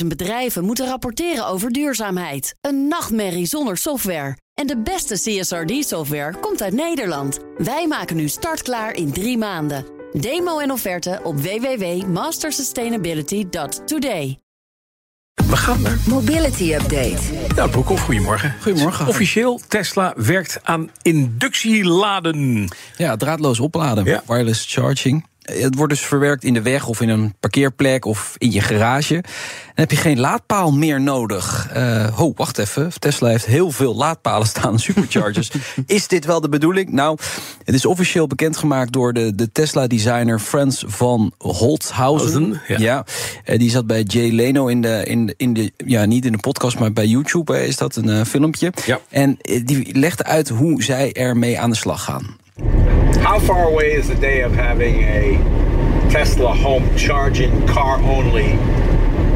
50.000 bedrijven moeten rapporteren over duurzaamheid. Een nachtmerrie zonder software. En de beste CSRD-software komt uit Nederland. Wij maken nu startklaar in drie maanden. Demo en offerte op www.mastersustainability.today. We gaan naar. Mobility Update. Nou, Broekhoff, goedemorgen. Goedemorgen. Officieel, Tesla werkt aan inductieladen. Ja, draadloos opladen, Ja. wireless charging. Het wordt dus verwerkt in de weg of in een parkeerplek of in je garage. Dan heb je geen laadpaal meer nodig. Eh, ho, wacht even. Tesla heeft heel veel laadpalen staan, superchargers. Is dit wel de bedoeling? Nou, het is officieel bekendgemaakt door de, de Tesla-designer Frans van Holthausen. Holthausen, ja. Ja, eh, die zat bij Jay Leno in de, in, de- in de, ja, niet in de podcast, maar bij YouTube eh, is dat een eh, filmpje. Ja. En eh, die legde uit hoe zij ermee aan de slag gaan. How far away is the day of having a Tesla home charging car only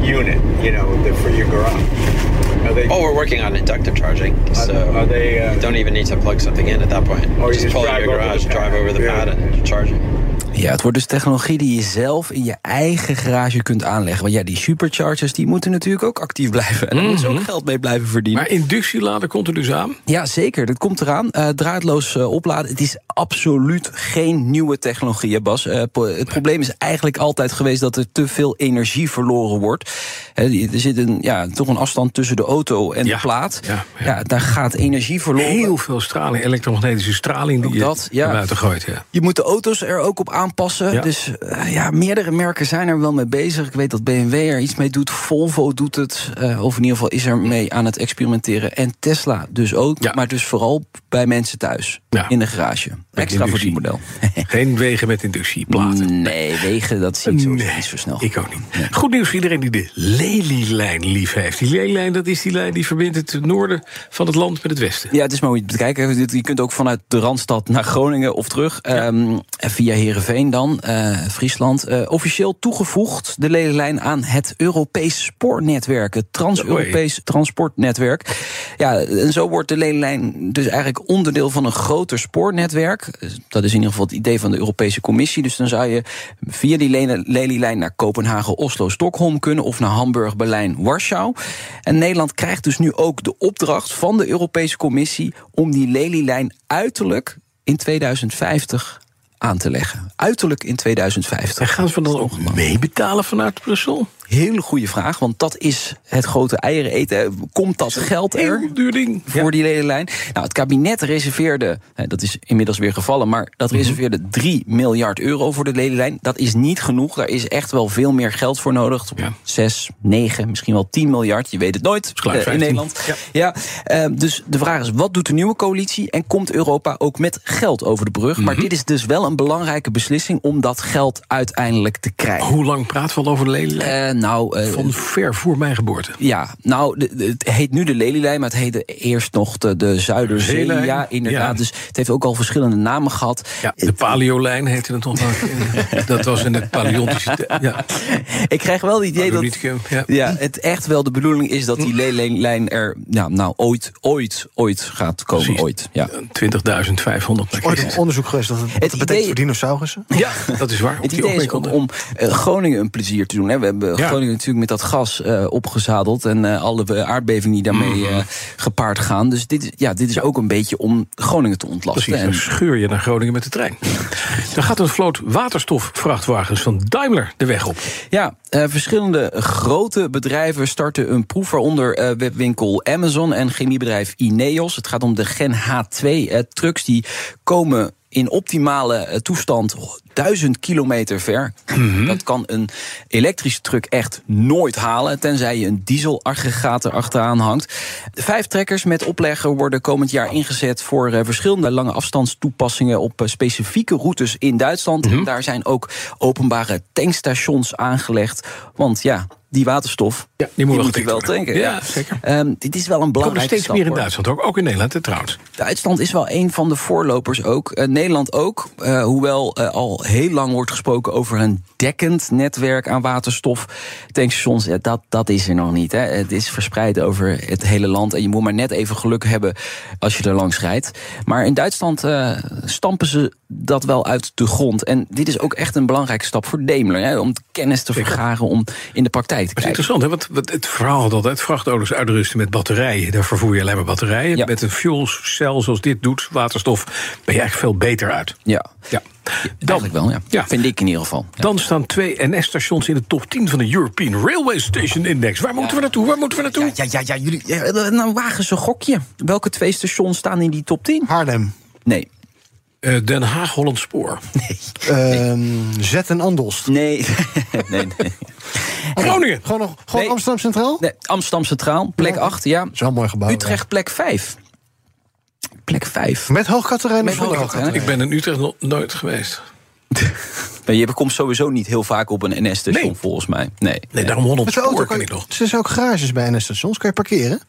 unit, you know, the- for your garage? Are they, Oh, we're working on inductive charging, so are they, uh, you don't even need to plug something in at that point. Or you just, just pull out drive your over the garage, pad. drive over the Yeah. pad, and you're charging. Ja, het wordt dus technologie die je zelf in je eigen garage kunt aanleggen. Want ja, die superchargers die moeten natuurlijk ook actief blijven. En daar moeten ze ook geld mee blijven verdienen. Mhm. Maar inductieladen komt er dus aan. Ja, zeker. Dat komt eraan. Eh, draadloos eh, opladen. Het is absoluut geen nieuwe technologie, hè, Bas. Eh, po- het probleem is eigenlijk altijd geweest dat er te veel energie verloren wordt. Hè, die- er zit een, ja, toch een afstand tussen de auto en Ja, de plaat. ja, Ja, ja. daar gaat energie verloren. Heel veel straling, elektromagnetische straling die Ook je dat, ja. naar buiten gooit. Ja. Je moet de auto's er ook op aanpassen. Ja. Dus eh, ja, meerdere merken zijn er wel mee bezig. Ik weet dat BMW er iets mee doet. Volvo doet het. eh, of in ieder geval is er mee aan het experimenteren. En Tesla dus ook. Ja. Maar dus vooral bij mensen thuis. Ja. In de garage. Extra voor die model. Geen wegen met inductieplaten. Nee, wegen, dat zie ik sowieso niet zo snel. Ik ook niet. Goed nieuws voor iedereen die de Lelylijn lief heeft. Die Lelylijn, dat is die lijn die verbindt het noorden van het land met het westen. Ja, het is mooi te kijken. Dit- Je kunt ook vanuit de Randstad naar Groningen of terug. Ehm, via Heerenveen dan, eh, Friesland. Eh, officieel toegevoegd de ledenlijn aan het Europees spoornetwerk. Het Trans-Europees Transportnetwerk. Ja, en zo wordt de ledenlijn dus eigenlijk onderdeel van een groter spoornetwerk. Eh, Dat is in ieder geval het idee van de Europese Commissie. Dus dan zou je via die lene- lelylijn naar Kopenhagen, Oslo, Stockholm kunnen... of naar Hamburg, Berlijn, Warschau. En Nederland krijgt dus nu ook de opdracht van de Europese Commissie... om die lelylijn uiterlijk in 2050 aan te leggen. Uiterlijk in En 2050. gaan ze dan ook meebetalen vanuit Brussel? Hele goede vraag, want dat is het grote eieren eten. Komt dat geld er? Heel duur ding. voor die ledenlijn. Nou, het kabinet reserveerde, eh, dat is inmiddels weer gevallen, maar Mhm. dat reserveerde 3 miljard euro voor de ledenlijn. Dat is niet genoeg. Daar is echt wel veel meer geld voor nodig. Ja. 6, 9, misschien wel 10 miljard. Je weet het nooit is gelijk eh, in 15. Nederland. Ja. eh, dus de vraag is: wat doet de nieuwe coalitie? En komt Europa ook met geld over de brug? Maar Mhm. dit is dus wel een belangrijke beslissing om dat geld uiteindelijk te krijgen. Hoe lang praten we al over de Lelylijn? Eh, nou, eh, Van ver voor mijn geboorte. ja, nou, de- de- het heet nu de Lelylijn, maar het heette eerst nog de, de Zuiderzee. Zeelijn, Ja, inderdaad. ja. Dus het heeft ook al verschillende namen gehad. Ja, de Paleolijn heette het nog. dat was in het Paleontische. te- Ja. Ik krijg wel het idee dat Paleolithicum, ja. Mm. ja, het echt wel de bedoeling is dat die Lelylijn er nou, nou ooit, ooit, ooit gaat komen. Precies. Ooit. Ja. 20.500 naar Ooit een Christus. onderzoek geweest dat het, Het het betekent idee- voor dinosaurussen. Ja, dat is waar. Op Het die idee is opmerking. ook om eh, Groningen een plezier te doen. Hè. We hebben Ja. Groningen natuurlijk met dat gas eh, opgezadeld. En eh, alle eh, aardbevingen die daarmee Mhm. eh, gepaard gaan. Dus dit, is- ja, dit is ook een beetje om Groningen te ontlasten. Precies, dan En scheur je naar Groningen met de trein. Dan gaat een vloot waterstofvrachtwagens van Daimler de weg op. Ja, eh, verschillende grote bedrijven starten een proef, waaronder eh, webwinkel Amazon en chemiebedrijf Ineos. Het gaat om de Gen H2-trucks, die komen in optimale eh, toestand 1000 kilometer ver. Dat kan een elektrische truck echt nooit halen, tenzij je een dieselaggregaat erachteraan hangt. Vijf trekkers met oplegger worden komend jaar ingezet voor eh, verschillende lange afstandstoepassingen op eh, specifieke routes in Duitsland. Mhm. En daar zijn ook openbare tankstations aangelegd. Want ja, die waterstof, die moet wel je wel getankt worden. tanken. Ja, zeker. Ehm, dit is wel een Er komen belangrijke er steeds stap, meer in hoor. Duitsland, ook, ook in Nederland hè, trouwens. Duitsland is wel een van de voorlopers ook. Eh, Nederland ook. eh, hoewel eh, al heel lang wordt gesproken over een dekkend netwerk aan waterstof. Tankstations, eh, dat, dat is er nog niet. Hè. Het is verspreid over het hele land. En je moet maar net even geluk hebben als je er langs rijdt. Maar in Duitsland eh, stampen ze dat wel uit de grond. En dit is ook echt een belangrijke stap voor Daimler. Hè, om kennis te vergaren, om in de praktijk batterij Dat te is kijken. interessant, hè? Want want het verhaal dat altijd vrachtauto's uitrusten met batterijen. Daar vervoer je alleen maar batterijen. Ja. Met een fuelcel zoals dit doet, waterstof, ben je eigenlijk veel beter uit. Ja, Ja. eigenlijk wel, ja. Ja. Vind ik in ieder geval. Ja. Dan staan twee NS-stations in de top 10 van de European Railway Station Index. Waar moeten we naartoe? Waar moeten we naartoe? Ja, ja, ja, jullie. ja, nou, wagen ze een gokje. Welke twee stations staan in die top 10? Haarlem, Nee. Eh, Den Haag Holland Spoor. ehm, Zet en Andelst. Nee. nee, nee. Groningen. Gewoon, nog, gewoon Nee. Amsterdam Centraal? Nee, Amsterdam Centraal, plek 8, ja. is wel een mooi gebouw, Utrecht, plek 5. Plek 5. Met Hoogkaterijn of Met zonder Hoogkaterijn. Hoogkaterijn? Ik ben in Utrecht nog nooit geweest. Je komt sowieso niet heel vaak op een NS-station, Nee. volgens mij. Nee. Nee, daarom Holland Met de auto Spoor kan ken je, ik nog. er zijn ook garages bij NS-stations. Kan je parkeren?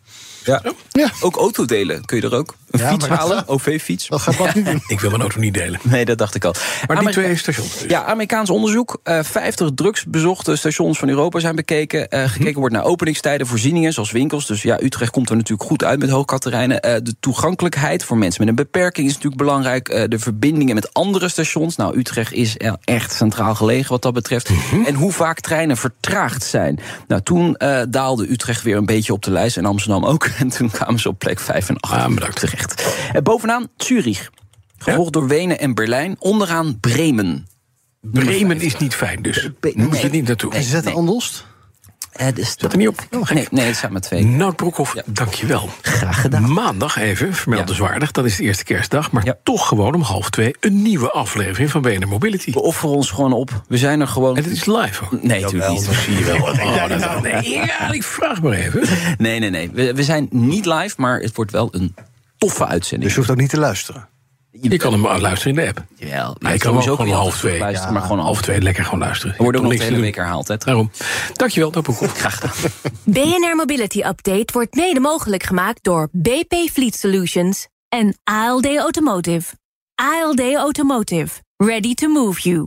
Ja. Ja. Ook autodelen kun je er ook. Een Ja, fiets maar dat- Oh. halen, OV-fiets. Dat gaat Bart niet doen. Ik wil mijn auto niet delen. Nee, dat dacht ik al. Maar die Amerika- twee stations. dus. Ah, Ja, Amerikaans onderzoek. Eh 50 drugsbezochte stations van Europa zijn bekeken. Eh, gekeken wordt naar openingstijden, voorzieningen zoals winkels. Dus ja, Utrecht komt er natuurlijk goed uit met hoogkaterijnen. Eh, de toegankelijkheid voor mensen met een beperking is natuurlijk belangrijk. Eh, de verbindingen met andere stations. Nou, Utrecht is eh, echt centraal gelegen wat dat betreft. En hoe vaak treinen vertraagd zijn. Nou, toen eh, daalde Utrecht weer een beetje op de lijst en Amsterdam ook. En toen kwamen ze op plek 5 en 8 Ah, bedankt. terecht. Eh, bovenaan Zurich. Gevolgd door Wenen en Berlijn. Onderaan Bremen. Dus Bremen is niet fijn, dus nee. moet je niet naartoe. Nee. Zet en Andelst? Eh, dus Zet er niet op. Oh, Mm. Nee, nee, het zijn maar twee. Nout Broekhoff, dankjewel. Graag gedaan. Maandag even, vermeldenswaardig, dat is de eerste kerstdag... maar Ja. toch gewoon om half twee een nieuwe aflevering van BNR Mobility. We offeren ons gewoon op. We zijn er gewoon. En het is live ook. Nee, natuurlijk niet. Zie je wel. Oh, dat, nee, ja, ik vraag maar even. Nee, nee, nee. We, we zijn niet live, maar het wordt wel een toffe uitzending. Dus je hoeft ook niet te luisteren. Je kan hem luisteren in de app. Jawel. Maar je kan sowieso ook kun gewoon je half altijd twee. luisteren, maar gewoon half Half twee. twee, lekker gewoon luisteren. Er worden ook nog de Niks te hele doen. week herhaald. Hè, Daarom. Dankjewel, Nout Broekhoff. Graag gedaan. BNR Mobility Update wordt mede mogelijk gemaakt door BP Fleet Solutions en ALD Automotive. ALD Automotive. Ready to move you.